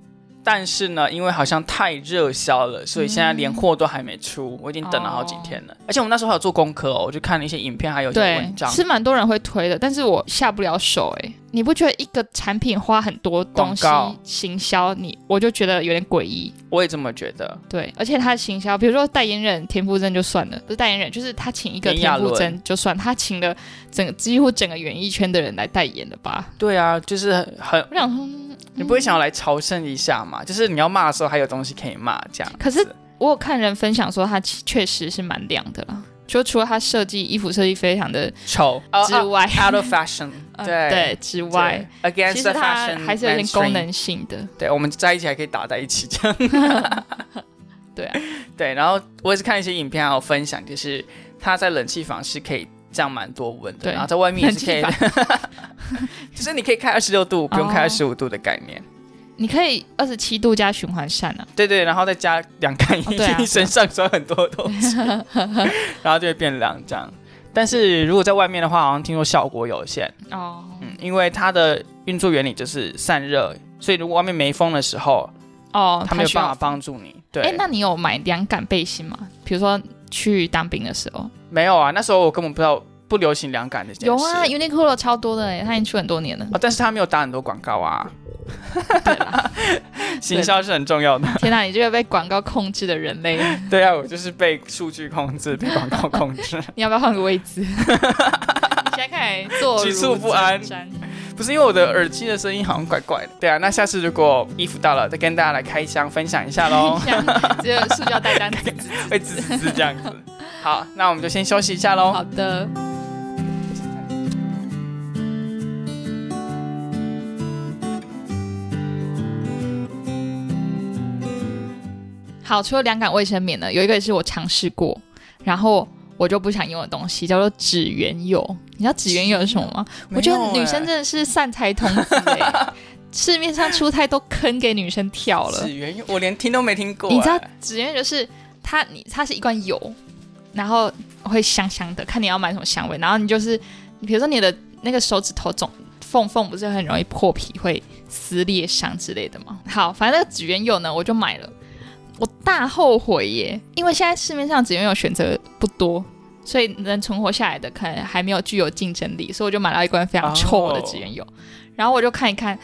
[SPEAKER 2] 但是呢，因为好像太热销了，所以现在连货都还没出，我已经等了好几天了。而且我们那时候还有做功课哦，我就看了一些影片，还有一些
[SPEAKER 1] 对
[SPEAKER 2] 文，章。
[SPEAKER 1] 是蛮多人会推的，但是我下不了手哎、你不觉得一个产品花很多东西
[SPEAKER 2] 广告
[SPEAKER 1] 行销，你我就觉得有点诡异。
[SPEAKER 2] 我也这么觉得。
[SPEAKER 1] 对，而且他的行销，比如说代言人田馥甄就算了，不是代言人，就是他请一个
[SPEAKER 2] 炎亚
[SPEAKER 1] 田
[SPEAKER 2] 纶
[SPEAKER 1] 馥甄就算，他请了整几乎整个演艺圈的人来代言的吧？
[SPEAKER 2] 对啊，就是很，
[SPEAKER 1] 我想说，嗯
[SPEAKER 2] 你不会想要来朝圣一下嘛？就是你要骂的时候，还有东西可以骂，这样子。
[SPEAKER 1] 可是我有看人分享说，他其确实是蛮凉的啦。就除了他设计衣服设计非常的
[SPEAKER 2] 丑
[SPEAKER 1] 之外，
[SPEAKER 2] out of fashion，
[SPEAKER 1] 呃
[SPEAKER 2] 哦啊对
[SPEAKER 1] 哦对之外，
[SPEAKER 2] 对，against
[SPEAKER 1] 其
[SPEAKER 2] the
[SPEAKER 1] 实它
[SPEAKER 2] fashion，
[SPEAKER 1] 还是有一点功
[SPEAKER 2] mainstream。
[SPEAKER 1] 能性的。
[SPEAKER 2] 对，我们在一起还可以打在一起这样。
[SPEAKER 1] 对啊，
[SPEAKER 2] 对，然后我也是看一些影片，还有分享，就是他在冷气房是可以降蛮多温的，
[SPEAKER 1] 对
[SPEAKER 2] 然后在外面也是可以
[SPEAKER 1] 冷，
[SPEAKER 2] 就是你可以开二十六度，不用开二
[SPEAKER 1] 哦
[SPEAKER 2] 十五度的概念。
[SPEAKER 1] 你可以二十七度加循环扇啊，
[SPEAKER 2] 对对，然后再加两干
[SPEAKER 1] 哦
[SPEAKER 2] 衣，
[SPEAKER 1] 对啊啊
[SPEAKER 2] 身上装很多东西， 然后就会变凉这样。但是如果在外面的话，好像听说效果有限。
[SPEAKER 1] 哦
[SPEAKER 2] 嗯，因为它的运作原理就是散热，所以如果外面没风的时候，
[SPEAKER 1] 哦，
[SPEAKER 2] 它没有
[SPEAKER 1] 需要
[SPEAKER 2] 办法帮助你。对，
[SPEAKER 1] 哎、那你有买凉感背心吗？比如说去当兵的时候，
[SPEAKER 2] 没有啊，那时候我根本不知道不流行凉感这件
[SPEAKER 1] 有
[SPEAKER 2] 事。
[SPEAKER 1] 啊，Uniqlo 超多的哎，它已经出很多年了。
[SPEAKER 2] 哦，但是他没有打很多广告啊，
[SPEAKER 1] 对啦，
[SPEAKER 2] 行销是很重要的。
[SPEAKER 1] 天哪，你这个被广告控制的人类，
[SPEAKER 2] 对啊，我就是被数据控制，被广告控制，
[SPEAKER 1] 你要不要换个位置？你现在看来坐，
[SPEAKER 2] 局促不安不是因为我的耳机的声音好像怪怪的。对啊，那下次如果衣服到了，再跟大家来开箱分享一下喽
[SPEAKER 1] 像只有塑胶袋单子。
[SPEAKER 2] 会滋滋滋这样子。好，那我们就先休息一下喽。
[SPEAKER 1] 好的，好，除了凉感卫生棉呢，有一个也是我尝试过，然后我就不想用的东西，叫做纸原油。你知道纸原油是什么吗？我觉得
[SPEAKER 2] 没有
[SPEAKER 1] 女生
[SPEAKER 2] 欸
[SPEAKER 1] 真的是善财童子哎、 市面上出太多坑给女生跳了
[SPEAKER 2] 紫。源，我连听都没听过欸。
[SPEAKER 1] 你知道纸鸢就是它，你它是一罐油，然后会香香的，看你要买什么香味。然后你就是，比如说
[SPEAKER 2] 欸
[SPEAKER 1] 你的那个手指头总缝缝不是很容易破皮，会撕裂伤之类的嘛。好，反正那个纸鸢油呢，我就买了，我大后悔耶，因为现在市面上纸鸢油选择不多。所以能存活下来的可能还没有具有竞争力，所以我就买到一罐非常臭的植原油然后我就看一看，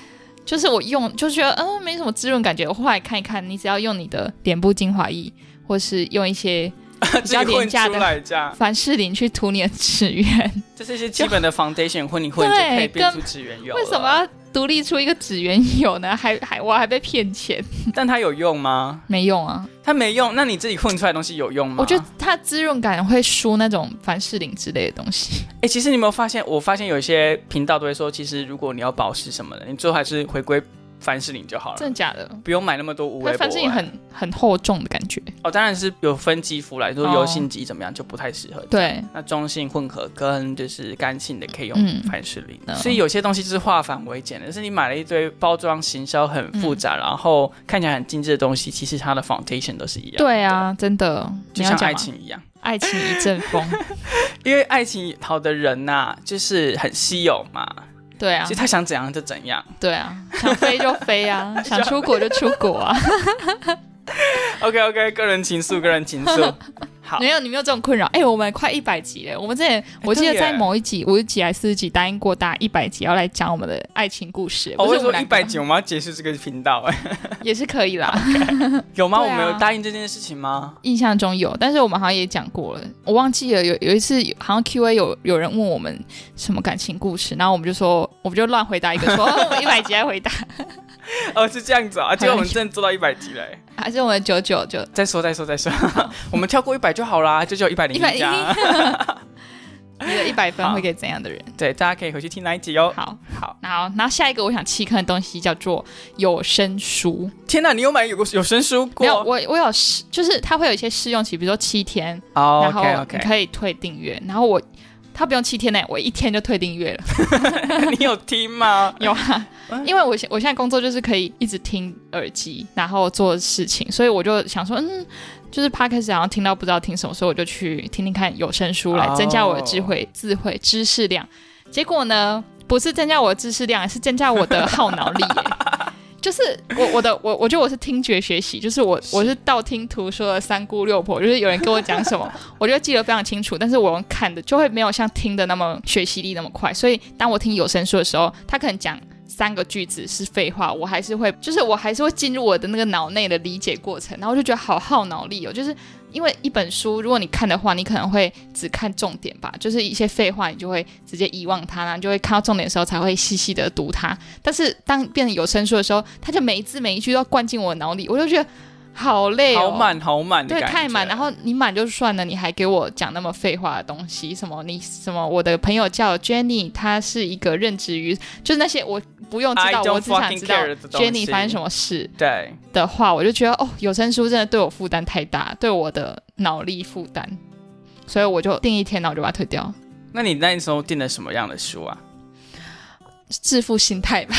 [SPEAKER 1] 就是我用就觉得嗯没什么滋润感觉，我后来看一看，你只要用你的脸部精华液，或是用一些比
[SPEAKER 2] 自己
[SPEAKER 1] 较廉
[SPEAKER 2] 混
[SPEAKER 1] 价
[SPEAKER 2] 出
[SPEAKER 1] 的
[SPEAKER 2] 来这样，
[SPEAKER 1] 凡士林去涂你的指缘，
[SPEAKER 2] 这是一些基 本的 foundation 混一混就
[SPEAKER 1] 对
[SPEAKER 2] 可以变
[SPEAKER 1] 跟
[SPEAKER 2] 出指缘油。
[SPEAKER 1] 为什么？要独立出一个指缘油呢？ 还还我还被骗钱，
[SPEAKER 2] 但它有用吗？
[SPEAKER 1] 没用啊！
[SPEAKER 2] 它没用，那你自己混出来的东西有用吗？
[SPEAKER 1] 我觉得它滋润感会输那种凡士林之类的东西。
[SPEAKER 2] 哎、其实你有没有发现？我发现有一些频道都会说，其实如果你要保湿什么的，你最后还是回归凡士林就好了
[SPEAKER 1] 真，的假的？
[SPEAKER 2] 不用买那么多无
[SPEAKER 1] 它
[SPEAKER 2] 为。
[SPEAKER 1] 凡士林很很厚重的感觉，
[SPEAKER 2] 哦，当然是有分肌肤啦，就是
[SPEAKER 1] 哦
[SPEAKER 2] 油性肌怎么样就不太适合。
[SPEAKER 1] 对，
[SPEAKER 2] 那中性混合跟就是干性的可以用
[SPEAKER 1] 嗯
[SPEAKER 2] 凡士林，
[SPEAKER 1] 嗯
[SPEAKER 2] 所以有些东西就是化繁为简的。就是你买了一堆包装行销很复
[SPEAKER 1] 嗯
[SPEAKER 2] 杂，然后看起来很精致的东西，其实它的 foundation 都是一样的。
[SPEAKER 1] 对啊，真的，你
[SPEAKER 2] 就
[SPEAKER 1] 要
[SPEAKER 2] 像
[SPEAKER 1] 讲
[SPEAKER 2] 爱
[SPEAKER 1] 吗
[SPEAKER 2] 情一样，
[SPEAKER 1] 爱情一阵 风，
[SPEAKER 2] 因为爱情好的人呐、就是很稀有嘛，
[SPEAKER 1] 对啊
[SPEAKER 2] 其实，他想怎样就怎样。
[SPEAKER 1] 对啊，想飞就飞 啊，想出国就出国啊。
[SPEAKER 2] OK OK，个人情愫，个人情 愫。好哎
[SPEAKER 1] 没有，你没有这种困扰。哎、我们快一百集了，我们之前我记得
[SPEAKER 2] 对耶
[SPEAKER 1] 在某一集五十集还是四十集答应过大家一百集要来讲我们的爱情故事，
[SPEAKER 2] 哦
[SPEAKER 1] 不是
[SPEAKER 2] 我会
[SPEAKER 1] 我们
[SPEAKER 2] 说
[SPEAKER 1] 两
[SPEAKER 2] 一
[SPEAKER 1] 个
[SPEAKER 2] 百集，我们要结束这个频道哎、
[SPEAKER 1] 也是可以啦。
[SPEAKER 2] 有吗？
[SPEAKER 1] 对
[SPEAKER 2] 我
[SPEAKER 1] 啊
[SPEAKER 2] 们有答应这件事情 吗？
[SPEAKER 1] 印象中有，但是我们好像也讲过了，我忘记了。有有一次好像 Q A 有有人问我们什么感情故事，然后我们就说我们就乱回答一 个说哦我一百集来回答，
[SPEAKER 2] 哦，是这样子啊，
[SPEAKER 1] 还
[SPEAKER 2] 结果我
[SPEAKER 1] 没
[SPEAKER 2] 们真的做到一百集了、哎
[SPEAKER 1] 还是我们九九就
[SPEAKER 2] 再说再说 再说，我们跳过一百就好啦，就只有一百零
[SPEAKER 1] 一百
[SPEAKER 2] 一
[SPEAKER 1] 一
[SPEAKER 2] 家。，
[SPEAKER 1] 你 的一百分
[SPEAKER 2] 好
[SPEAKER 1] 会给怎样的人？
[SPEAKER 2] 对，大家可以回去听那一集哦。
[SPEAKER 1] 好，
[SPEAKER 2] 好，
[SPEAKER 1] 然后然后下一个我想弃坑的东西叫做有声书。
[SPEAKER 2] 天哪，你有买有个有声书
[SPEAKER 1] 没有，
[SPEAKER 2] 过？
[SPEAKER 1] 我我有试，就是它会有一些试用期，比如说七天，
[SPEAKER 2] 哦
[SPEAKER 1] 然后
[SPEAKER 2] ，OK
[SPEAKER 1] 你
[SPEAKER 2] OK，
[SPEAKER 1] 可以退订阅。然后我它不用七天呢，我一天就退订阅了。
[SPEAKER 2] 你有听吗？
[SPEAKER 1] 有啊，因为我现我现在工作就是可以一直听耳机，然后做事情，所以我就想说，嗯，就是 podcast 然后听到不知道听什么，所以我就去听听看有声书来
[SPEAKER 2] 哦
[SPEAKER 1] 增加我的智慧、智慧、知识量。结果呢，不是增加我的知识量，是增加我的耗脑力耶。 就是我我的我我觉得我是听觉学习，就是我我是道听途说的三姑六婆，就是有人跟我讲什么，我就记得非常清楚，但是我用看的就会没有像听的那么学习力那么快，所以当我听有声书的时候，他可能讲三个句子是废话，我还是会，就是我还是会进入我的那个脑内的理解过程，然后我就觉得好耗脑力哦，就是因为一本书，如果你看的话，你可能会只看重点吧，就是一些废话，你就会直接遗忘它，然后你就会看到重点的时候才会细细的读它。但是当变成有声书的时候，它就每一字每一句都要灌进我的脑里，我就觉得好累、哦，
[SPEAKER 2] 好满好满的
[SPEAKER 1] 对，
[SPEAKER 2] 感觉，
[SPEAKER 1] 太满。然后你满就算了，你还给我讲那么废话的东西，什么你什么我的朋友叫 Jenny，她是一个任职于，就是那些我不用知
[SPEAKER 2] I
[SPEAKER 1] 道，
[SPEAKER 2] don't
[SPEAKER 1] 我只想
[SPEAKER 2] fucking
[SPEAKER 1] 知道
[SPEAKER 2] care 的东西
[SPEAKER 1] Jenny 发生什么事
[SPEAKER 2] 对，
[SPEAKER 1] 的话，我就觉得哦，有声书真的对我负担太大，对我的脑力负担，所以我就定一天，然后我就把它退掉，
[SPEAKER 2] 那你那时候订了什么样的书啊？
[SPEAKER 1] 致富心态吧。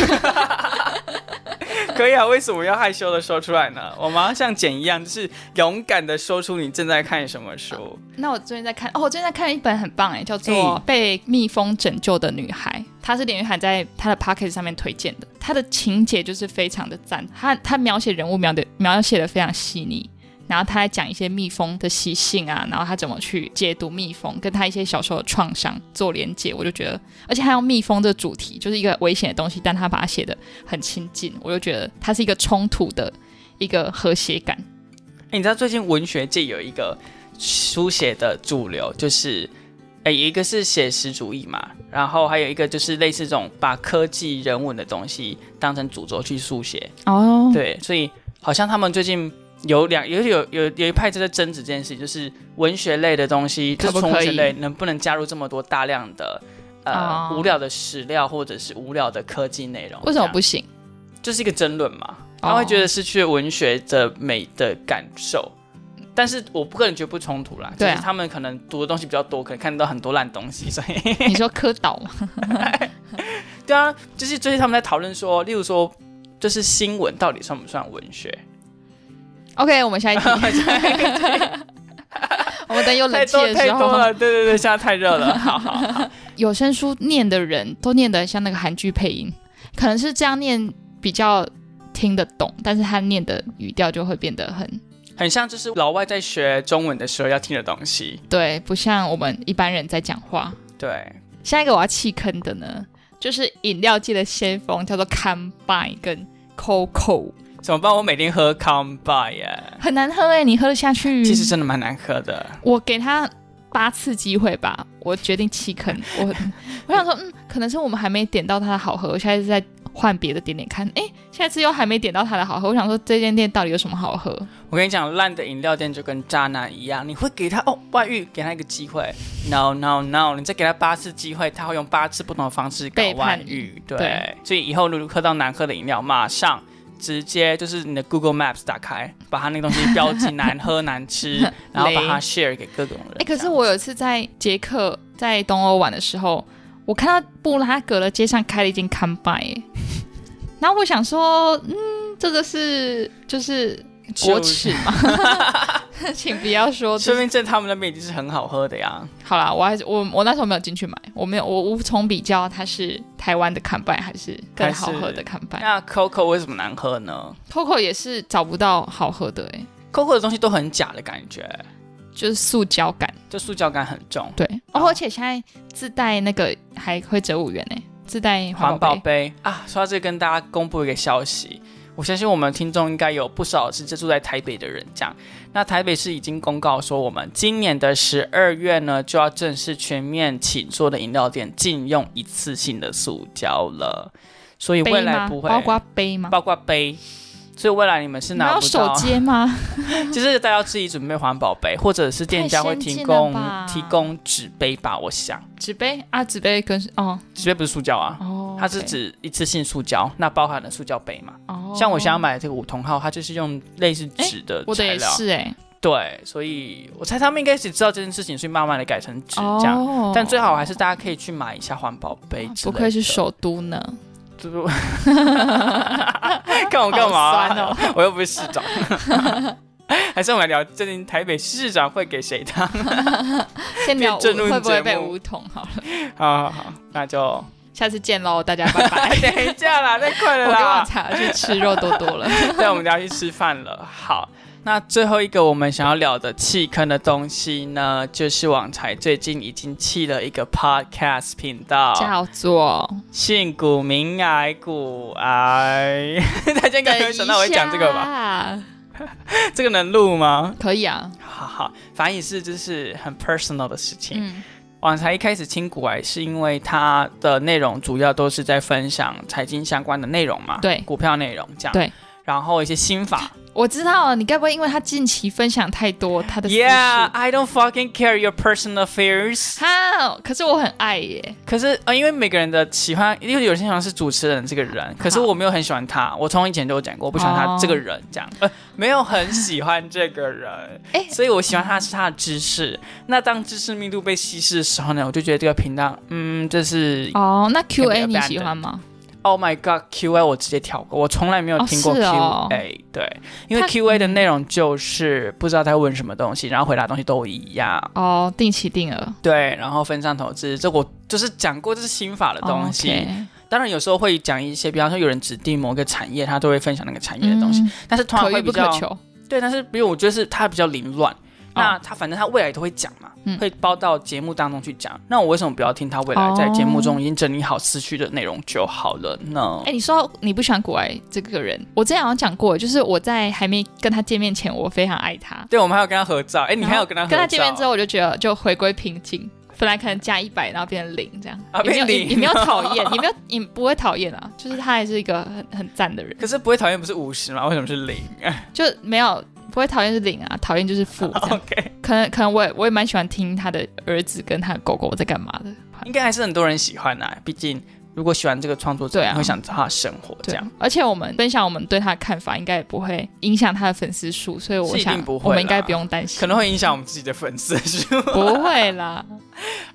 [SPEAKER 2] 可以啊，为什么要害羞的说出来呢？我们要像简一样，就是勇敢的说出你正在看什么书。
[SPEAKER 1] 那我最近在看，哦，我最近在看一本很棒哎，叫做
[SPEAKER 2] 哎
[SPEAKER 1] 《被蜜蜂拯救的女孩》，她是连玉涵在她的 p o c k e t 上面推荐的。她的情节就是非常的赞，她她描写人物描的描写的非常细腻，然后她还讲一些蜜蜂的习性啊，然后她怎么去解读蜜蜂，跟她一些小时候的创伤做连接，我就觉得，而且她用蜜蜂这主题就是一个危险的东西，但她把它写的很亲近，我就觉得它是一个冲突的一个和谐感。
[SPEAKER 2] 诶你知道最近文学界有一个书写的主流，就是，诶，一个是写实主义嘛，然后还有一个就是类似这种把科技人文的东西当成主轴去书写。
[SPEAKER 1] 哦，
[SPEAKER 2] 对，所以好像他们最近有两有有有有一派就在争执这件事，就是文学类的东西，就
[SPEAKER 1] 可
[SPEAKER 2] 是
[SPEAKER 1] 不
[SPEAKER 2] 纯
[SPEAKER 1] 可
[SPEAKER 2] 文学
[SPEAKER 1] 以
[SPEAKER 2] 类能不能加入这么多大量的呃、
[SPEAKER 1] 哦
[SPEAKER 2] 无聊的史料或者是无聊的科技内容？
[SPEAKER 1] 为什么
[SPEAKER 2] 这
[SPEAKER 1] 不哦
[SPEAKER 2] 样？
[SPEAKER 1] 行？
[SPEAKER 2] 就是一个争论嘛，他会觉得失去了文学的美的感受。但是我不个人觉得不冲突啦，就
[SPEAKER 1] 对啊
[SPEAKER 2] 是他们可能读的东西比较多，可能看到很多烂东西，所以
[SPEAKER 1] 你说科导吗？
[SPEAKER 2] 对啊，就是最近他们在讨论说，例如说，就是新闻到底算不算文学？
[SPEAKER 1] OK，我们 下一题。我们等有冷
[SPEAKER 2] 太
[SPEAKER 1] 气
[SPEAKER 2] 多
[SPEAKER 1] 的
[SPEAKER 2] 太
[SPEAKER 1] 时
[SPEAKER 2] 多
[SPEAKER 1] 候，
[SPEAKER 2] 了，对对对，现在太热了。好好好，
[SPEAKER 1] 有声书念的人都念得像那个韩剧配音，可能是这样念比较听得懂，但是他念的语调就会变得很
[SPEAKER 2] 很像就是老外在学中文的时候要听的东西。
[SPEAKER 1] 对，不像我们一般人在讲话。
[SPEAKER 2] 对，
[SPEAKER 1] 下一个我要弃坑的呢，就是饮料界的先锋，叫做 Combine 跟 Coco，
[SPEAKER 2] 怎么办？我每天喝 Come By 耶，
[SPEAKER 1] 很难喝哎、你喝得下去？
[SPEAKER 2] 其实真的蛮难喝的。
[SPEAKER 1] 我给他八次机会吧，我决定弃坑。 我我想说，嗯，可能是我们还没点到它的好喝，我下一次再换别的点点看。诶，下一次又还没点到它的好喝，我想说这间店到底有什么好喝？
[SPEAKER 2] 我跟你讲，烂的饮料店就跟渣男一样，你会给他哦外遇，给他一个机会，no no no，你再给他八次机会，他会用八次不同的方式搞
[SPEAKER 1] 背叛
[SPEAKER 2] 外
[SPEAKER 1] 你
[SPEAKER 2] 遇。对，
[SPEAKER 1] 对
[SPEAKER 2] 所以以后如果喝到难喝的饮料，马上直接就是你的 Google Maps 打开，把它那个东西标 记难喝难吃，然后把它 share 给各种人。
[SPEAKER 1] 哎、可
[SPEAKER 2] 这
[SPEAKER 1] 是
[SPEAKER 2] 样
[SPEAKER 1] 我有一次在捷克，在东欧玩的时候，我看到布拉格的街上开了一间 Combine，欸 然后我想说，嗯，这个是就是国
[SPEAKER 2] 就是
[SPEAKER 1] 耻 嘛，请不要说。
[SPEAKER 2] 说
[SPEAKER 1] 就是
[SPEAKER 2] 明在他们那边已经是很好喝的呀。
[SPEAKER 1] 好啦，我还是我我那时候没有进去买，我没有我无从比较它是台湾的 Combine 还是更好喝的 Combine。
[SPEAKER 2] 那 Coco 为什么难喝呢
[SPEAKER 1] Coco 也是找不到好喝的哎、欸
[SPEAKER 2] ？Coco 的东西都很假的感觉，
[SPEAKER 1] 就是塑胶感。
[SPEAKER 2] 就塑胶感很重。
[SPEAKER 1] 对，哦，
[SPEAKER 2] 哦
[SPEAKER 1] 而且现在自带那个还会折五元呢、欸，自带
[SPEAKER 2] 环
[SPEAKER 1] 环保
[SPEAKER 2] 保
[SPEAKER 1] 杯。
[SPEAKER 2] 杯啊！说到这个，跟大家公布一个消息，我相信我们听众应该有不少是住在台北的人。这样，那台北市已经公告说，我们今年的十二月呢，就要正式全面请所有的饮料店禁用一次性的塑胶了。所以
[SPEAKER 1] 杯
[SPEAKER 2] 未来
[SPEAKER 1] 吗
[SPEAKER 2] 不会
[SPEAKER 1] 包括杯吗？
[SPEAKER 2] 包括杯，所以未来你们是
[SPEAKER 1] 你们
[SPEAKER 2] 拿
[SPEAKER 1] 要
[SPEAKER 2] 不
[SPEAKER 1] 手
[SPEAKER 2] 到。
[SPEAKER 1] 接吗？
[SPEAKER 2] 就是大家要自己准备环保杯，或者是店家会提供
[SPEAKER 1] 太先进了吧
[SPEAKER 2] 提供纸杯吧，我想
[SPEAKER 1] 纸杯啊，纸杯跟哦
[SPEAKER 2] 纸杯不是塑胶啊，
[SPEAKER 1] 哦，
[SPEAKER 2] 它是
[SPEAKER 1] OK
[SPEAKER 2] 指一次性塑胶，那包含了塑胶杯嘛。
[SPEAKER 1] 哦，
[SPEAKER 2] 像我想要买的这个五桐号，它就是用类似纸的
[SPEAKER 1] 我的
[SPEAKER 2] 材
[SPEAKER 1] 也
[SPEAKER 2] 料，
[SPEAKER 1] 是哎，
[SPEAKER 2] 对，所以我猜他们应该是知道这件事情，所以慢慢的改成纸
[SPEAKER 1] 哦
[SPEAKER 2] 这样。但最好还是大家可以去买一下环保杯之
[SPEAKER 1] 不
[SPEAKER 2] 类的。
[SPEAKER 1] 愧是 首都呢，
[SPEAKER 2] 这不，看我干
[SPEAKER 1] 好
[SPEAKER 2] 嘛？
[SPEAKER 1] 酸哦
[SPEAKER 2] 我又不是市长。还是我们来聊最近台北市长会给谁当？
[SPEAKER 1] 先聊
[SPEAKER 2] 变政论
[SPEAKER 1] 会不会
[SPEAKER 2] 节
[SPEAKER 1] 被
[SPEAKER 2] 目
[SPEAKER 1] 梧桐好了，
[SPEAKER 2] 好好好，那就
[SPEAKER 1] 下次见喽，大家拜拜。
[SPEAKER 2] 等一下啦，太
[SPEAKER 1] 我
[SPEAKER 2] 快了
[SPEAKER 1] 跟
[SPEAKER 2] 啦
[SPEAKER 1] 旺！茶去吃肉多多 了，
[SPEAKER 2] 对，我们要去吃饭了。好，那最后一个我们想要聊的弃坑的东西呢，就是网才最近已经弃了一个 podcast 频道，
[SPEAKER 1] 叫做哦
[SPEAKER 2] 性骨民癌骨癌。 大家应该没有想到我会讲这个吧？
[SPEAKER 1] 吧？
[SPEAKER 2] 这个能录吗？
[SPEAKER 1] 可以啊，
[SPEAKER 2] 好好，反正也是就是很 personal 的事情。
[SPEAKER 1] 嗯，
[SPEAKER 2] 网才一开始清股癌是因为它的内容主要都是在分享财经相关的内容嘛，
[SPEAKER 1] 对
[SPEAKER 2] 股票内容这样，
[SPEAKER 1] 对，
[SPEAKER 2] 然后一些心法。
[SPEAKER 1] 我知道了，你该不会因为他近期分享太多他的私事
[SPEAKER 2] Yeah, I don't fucking care your personal affairs。
[SPEAKER 1] 哈？可是我很爱耶，
[SPEAKER 2] 可是呃，因为每个人的喜欢，因为有些人喜欢是主持人这个人，可是
[SPEAKER 1] 好
[SPEAKER 2] 我没有很喜欢他。我从以前就有讲过，我不喜欢他
[SPEAKER 1] 哦
[SPEAKER 2] 这个人，这样、呃，没有很喜欢这个 人。
[SPEAKER 1] 哎
[SPEAKER 2] 所以我喜欢他是他的知识。那当知识密度被稀释的时候呢，我就觉得这个频道，嗯，这是
[SPEAKER 1] 哦，那 Q A
[SPEAKER 2] Can be
[SPEAKER 1] 你喜欢吗？
[SPEAKER 2] Oh my God QA，我直接跳过，我从来没有
[SPEAKER 1] 哦
[SPEAKER 2] 听过
[SPEAKER 1] 是
[SPEAKER 2] QA、
[SPEAKER 1] 哦
[SPEAKER 2] 对，因为
[SPEAKER 1] 他
[SPEAKER 2] QA 的内容就是不知道他问什么东西，然后回答的东西都一样。
[SPEAKER 1] 哦，定期定额
[SPEAKER 2] 对，然后分散投资，这我就是讲过，这是心法的东西。
[SPEAKER 1] 哦，OK
[SPEAKER 2] 当然有时候会讲一些，比方说有人指定某个产业，他都会分享那个产业的东西，
[SPEAKER 1] 嗯
[SPEAKER 2] 但是通常
[SPEAKER 1] 可
[SPEAKER 2] 会
[SPEAKER 1] 遇
[SPEAKER 2] 比
[SPEAKER 1] 不可
[SPEAKER 2] 较嗯
[SPEAKER 1] 求。哦
[SPEAKER 2] 对，但是比如我觉得是他比较凌乱。那他反正他未来都会讲嘛，
[SPEAKER 1] 嗯
[SPEAKER 2] 会包到节目当中去讲。那我为什么不要听他未来在节目
[SPEAKER 1] 哦
[SPEAKER 2] 中已经整理好思绪的内容就好了呢？
[SPEAKER 1] 哎、你说你不喜欢古埃这个人，我之前好像讲过，就是我在还没跟他见面前，我非常爱他。
[SPEAKER 2] 对，我们还有跟他合照。哎，你还有跟他合照？
[SPEAKER 1] 跟他见面之后，我就觉得就回归平静，本来可能加一百，然后变成零这样，
[SPEAKER 2] 啊
[SPEAKER 1] 也没有
[SPEAKER 2] 变
[SPEAKER 1] 也
[SPEAKER 2] 零
[SPEAKER 1] 也没有讨 厌，也没有也不会讨厌啊，就是他还是一个很很赞的人，
[SPEAKER 2] 可是不会讨厌不是五十吗？为什么是零
[SPEAKER 1] 就没有不会讨厌是零啊，讨厌就是负这样。
[SPEAKER 2] ？OK，
[SPEAKER 1] 可能可能我也我也蛮喜欢听他的儿子跟他的狗狗在干嘛的，
[SPEAKER 2] 应该还是很多人喜欢啊。毕竟如果喜欢这个创作者，
[SPEAKER 1] 对啊
[SPEAKER 2] 你会想他的生活这
[SPEAKER 1] 对
[SPEAKER 2] 样。，
[SPEAKER 1] 而且我们分享我们对他的看法，应该也不会影响他的粉丝数，所以我
[SPEAKER 2] 是一
[SPEAKER 1] 想
[SPEAKER 2] 定不会
[SPEAKER 1] 我们应该
[SPEAKER 2] 啦
[SPEAKER 1] 不用担心，
[SPEAKER 2] 可能会影响我们自己的粉丝数，
[SPEAKER 1] 不会啦。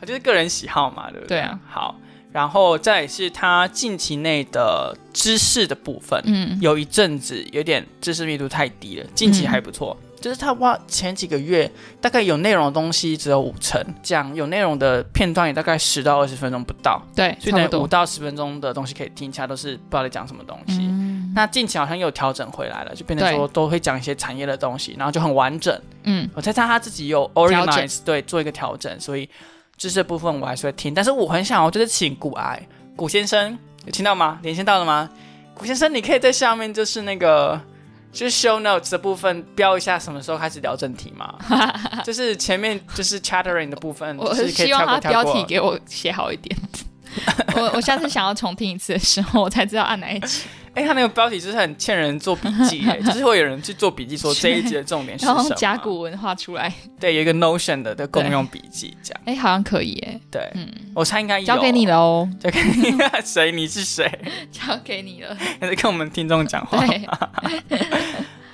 [SPEAKER 2] 就是个人喜好嘛，对不对？
[SPEAKER 1] 对 啊。
[SPEAKER 2] 好，然后再来是他近期内的知识的部分，
[SPEAKER 1] 嗯，
[SPEAKER 2] 有一阵子有点知识密度太低了，近期还不错。就是他哇，前几个月大概有内容的东西只有五成，讲有内容的片段也大概十到二十分钟不到，
[SPEAKER 1] 对，
[SPEAKER 2] 所以
[SPEAKER 1] 差
[SPEAKER 2] 等
[SPEAKER 1] 不
[SPEAKER 2] 于五
[SPEAKER 1] 多。
[SPEAKER 2] 到十分钟的东西可以听，其他都是不知道在讲什么东西。
[SPEAKER 1] 嗯
[SPEAKER 2] 那近期好像又调整回来了，就变成
[SPEAKER 1] 对
[SPEAKER 2] 说都会讲一些产业的东西，然后就很完整。
[SPEAKER 1] 嗯，
[SPEAKER 2] 我猜猜他自己有 organize 对做一个调整，所以就这部分我还是会听。但是我很想，哦，就是请古癌古先生有听到吗？连线到了吗？古先生，你可以在下面就是那个就是 show notes 的部分标一下什么时候开始聊正题 吗？就是前面就是 chattering 的部分，
[SPEAKER 1] 我
[SPEAKER 2] 嗯就是可以
[SPEAKER 1] 希望
[SPEAKER 2] 跳
[SPEAKER 1] 他
[SPEAKER 2] 过跳
[SPEAKER 1] 标题
[SPEAKER 2] 过。
[SPEAKER 1] 给我写好一点。 我我下次想要重听一次的时候，我才知道按哪一集。
[SPEAKER 2] 哎、他那个标题就是很欠人做笔记、 哎就是会有人去做笔记，说这一集的重点是什
[SPEAKER 1] 然后
[SPEAKER 2] 么
[SPEAKER 1] 用。甲 骨文画出来，
[SPEAKER 2] 对，有一个 Notion 的的共用笔记，这样
[SPEAKER 1] 哎，好像可以哎，
[SPEAKER 2] 对。
[SPEAKER 1] 嗯，
[SPEAKER 2] 我猜应该有
[SPEAKER 1] 交给你，了哦，
[SPEAKER 2] 交给你，谁？你是谁？
[SPEAKER 1] 交给你了。
[SPEAKER 2] 还在跟我们听众讲话。
[SPEAKER 1] 对，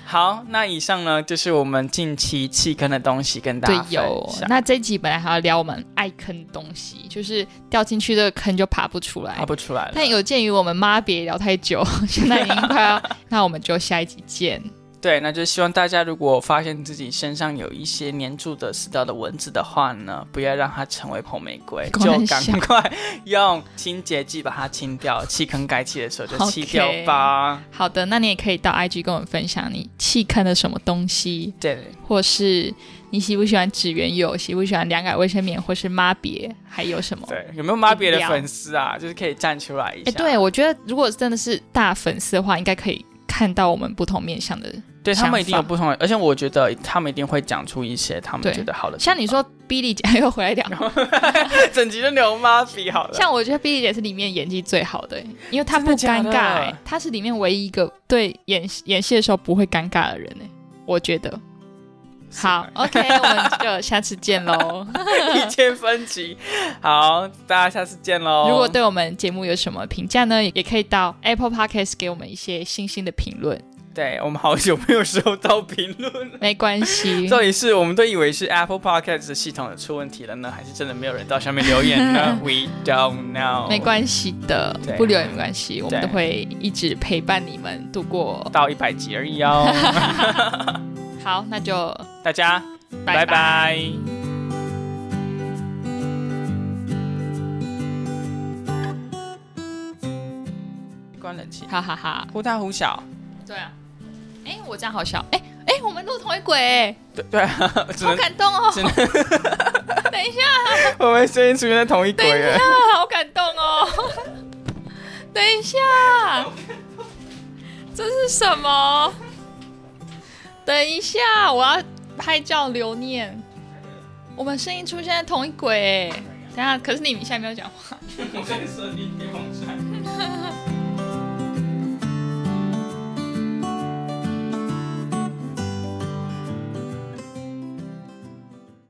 [SPEAKER 2] 好，那以上呢就是我们近期弃坑的东西跟大
[SPEAKER 1] 对
[SPEAKER 2] 家分
[SPEAKER 1] 有。
[SPEAKER 2] 享。
[SPEAKER 1] 那这一集本来还要聊我们爱坑东西，就是掉进去这个坑就爬不出来
[SPEAKER 2] 爬。不出来了，
[SPEAKER 1] 但有鉴于我们妈别聊太久， 现在已经快要，那我们就下一集见。
[SPEAKER 2] 对，那就希望大家如果发现自己身上有一些粘住的、死掉的蚊子的话呢，不要让它成为红玫 瑰，
[SPEAKER 1] 光
[SPEAKER 2] 就
[SPEAKER 1] 很
[SPEAKER 2] 赶
[SPEAKER 1] 小
[SPEAKER 2] 快 用清洁剂把它清掉，弃坑该弃的时候就弃掉
[SPEAKER 1] OK
[SPEAKER 2] 吧。
[SPEAKER 1] 好的，那你也可以到 IG 跟我们分享你弃坑的什么东西，
[SPEAKER 2] 对，
[SPEAKER 1] 或是你喜不喜欢纸原油，喜不喜欢凉感卫生棉，或是妈别，还有什么？
[SPEAKER 2] 对，有没有妈别的
[SPEAKER 1] 饮料
[SPEAKER 2] 粉丝啊？就是可以站出来一下。
[SPEAKER 1] 哎，对，我觉得如果真的是大粉丝的话，应该可以看到我们不同面向的。
[SPEAKER 2] 对他
[SPEAKER 1] 想
[SPEAKER 2] 们一定有
[SPEAKER 1] 法
[SPEAKER 2] 不同的，而且我觉得他们一定会讲出一些他们
[SPEAKER 1] 对
[SPEAKER 2] 觉得好的地方。
[SPEAKER 1] 像你说，Billy 姐又回来聊，
[SPEAKER 2] 整集就聊妈比好了。
[SPEAKER 1] 像我觉得 Billy 姐是里面演技最好的欸、因为她
[SPEAKER 2] 真
[SPEAKER 1] 不尴
[SPEAKER 2] 的假的
[SPEAKER 1] 尬、欸，她是里面唯一一个对演演戏的时候不会尴尬的人、欸、我觉得。 好，OK，我们就下次见喽。
[SPEAKER 2] 意见分歧。好，大家下次见喽。
[SPEAKER 1] 如果对我们节目有什么评价呢，也可以到 Apple Podcast 给我们一些星星的评论，
[SPEAKER 2] 对我们好久没有收到评论了。
[SPEAKER 1] 没关系。
[SPEAKER 2] 到底是我们都以为是 Apple Podcast 的系统有出问题了呢，还是真的没有人到下面留言 呢？We don't know。
[SPEAKER 1] 没关系的
[SPEAKER 2] 对，
[SPEAKER 1] 不留也没关系，我们
[SPEAKER 2] 哦对
[SPEAKER 1] 都会一直陪伴你们度过。
[SPEAKER 2] 到一百集而已 哦。
[SPEAKER 1] 好，那就
[SPEAKER 2] 大家拜
[SPEAKER 1] 拜拜
[SPEAKER 2] 拜关冷气，
[SPEAKER 1] 哈哈哈。
[SPEAKER 2] 忽大忽小。
[SPEAKER 1] 对啊，哎，我这样好笑，哎哎，我们录同一轨，哎，
[SPEAKER 2] 对对啊，只
[SPEAKER 1] 好
[SPEAKER 2] 能
[SPEAKER 1] 感动哦，
[SPEAKER 2] 只能
[SPEAKER 1] 等一下，
[SPEAKER 2] 我们声音出现在同一轨
[SPEAKER 1] 等一
[SPEAKER 2] 了
[SPEAKER 1] 下。，好感动哦， 等一下，这是什么？等一下，我要拍照留念。我们声音出现在同一轨，哎，等一下，可是你现在没有讲话。
[SPEAKER 2] 我在设定电风扇。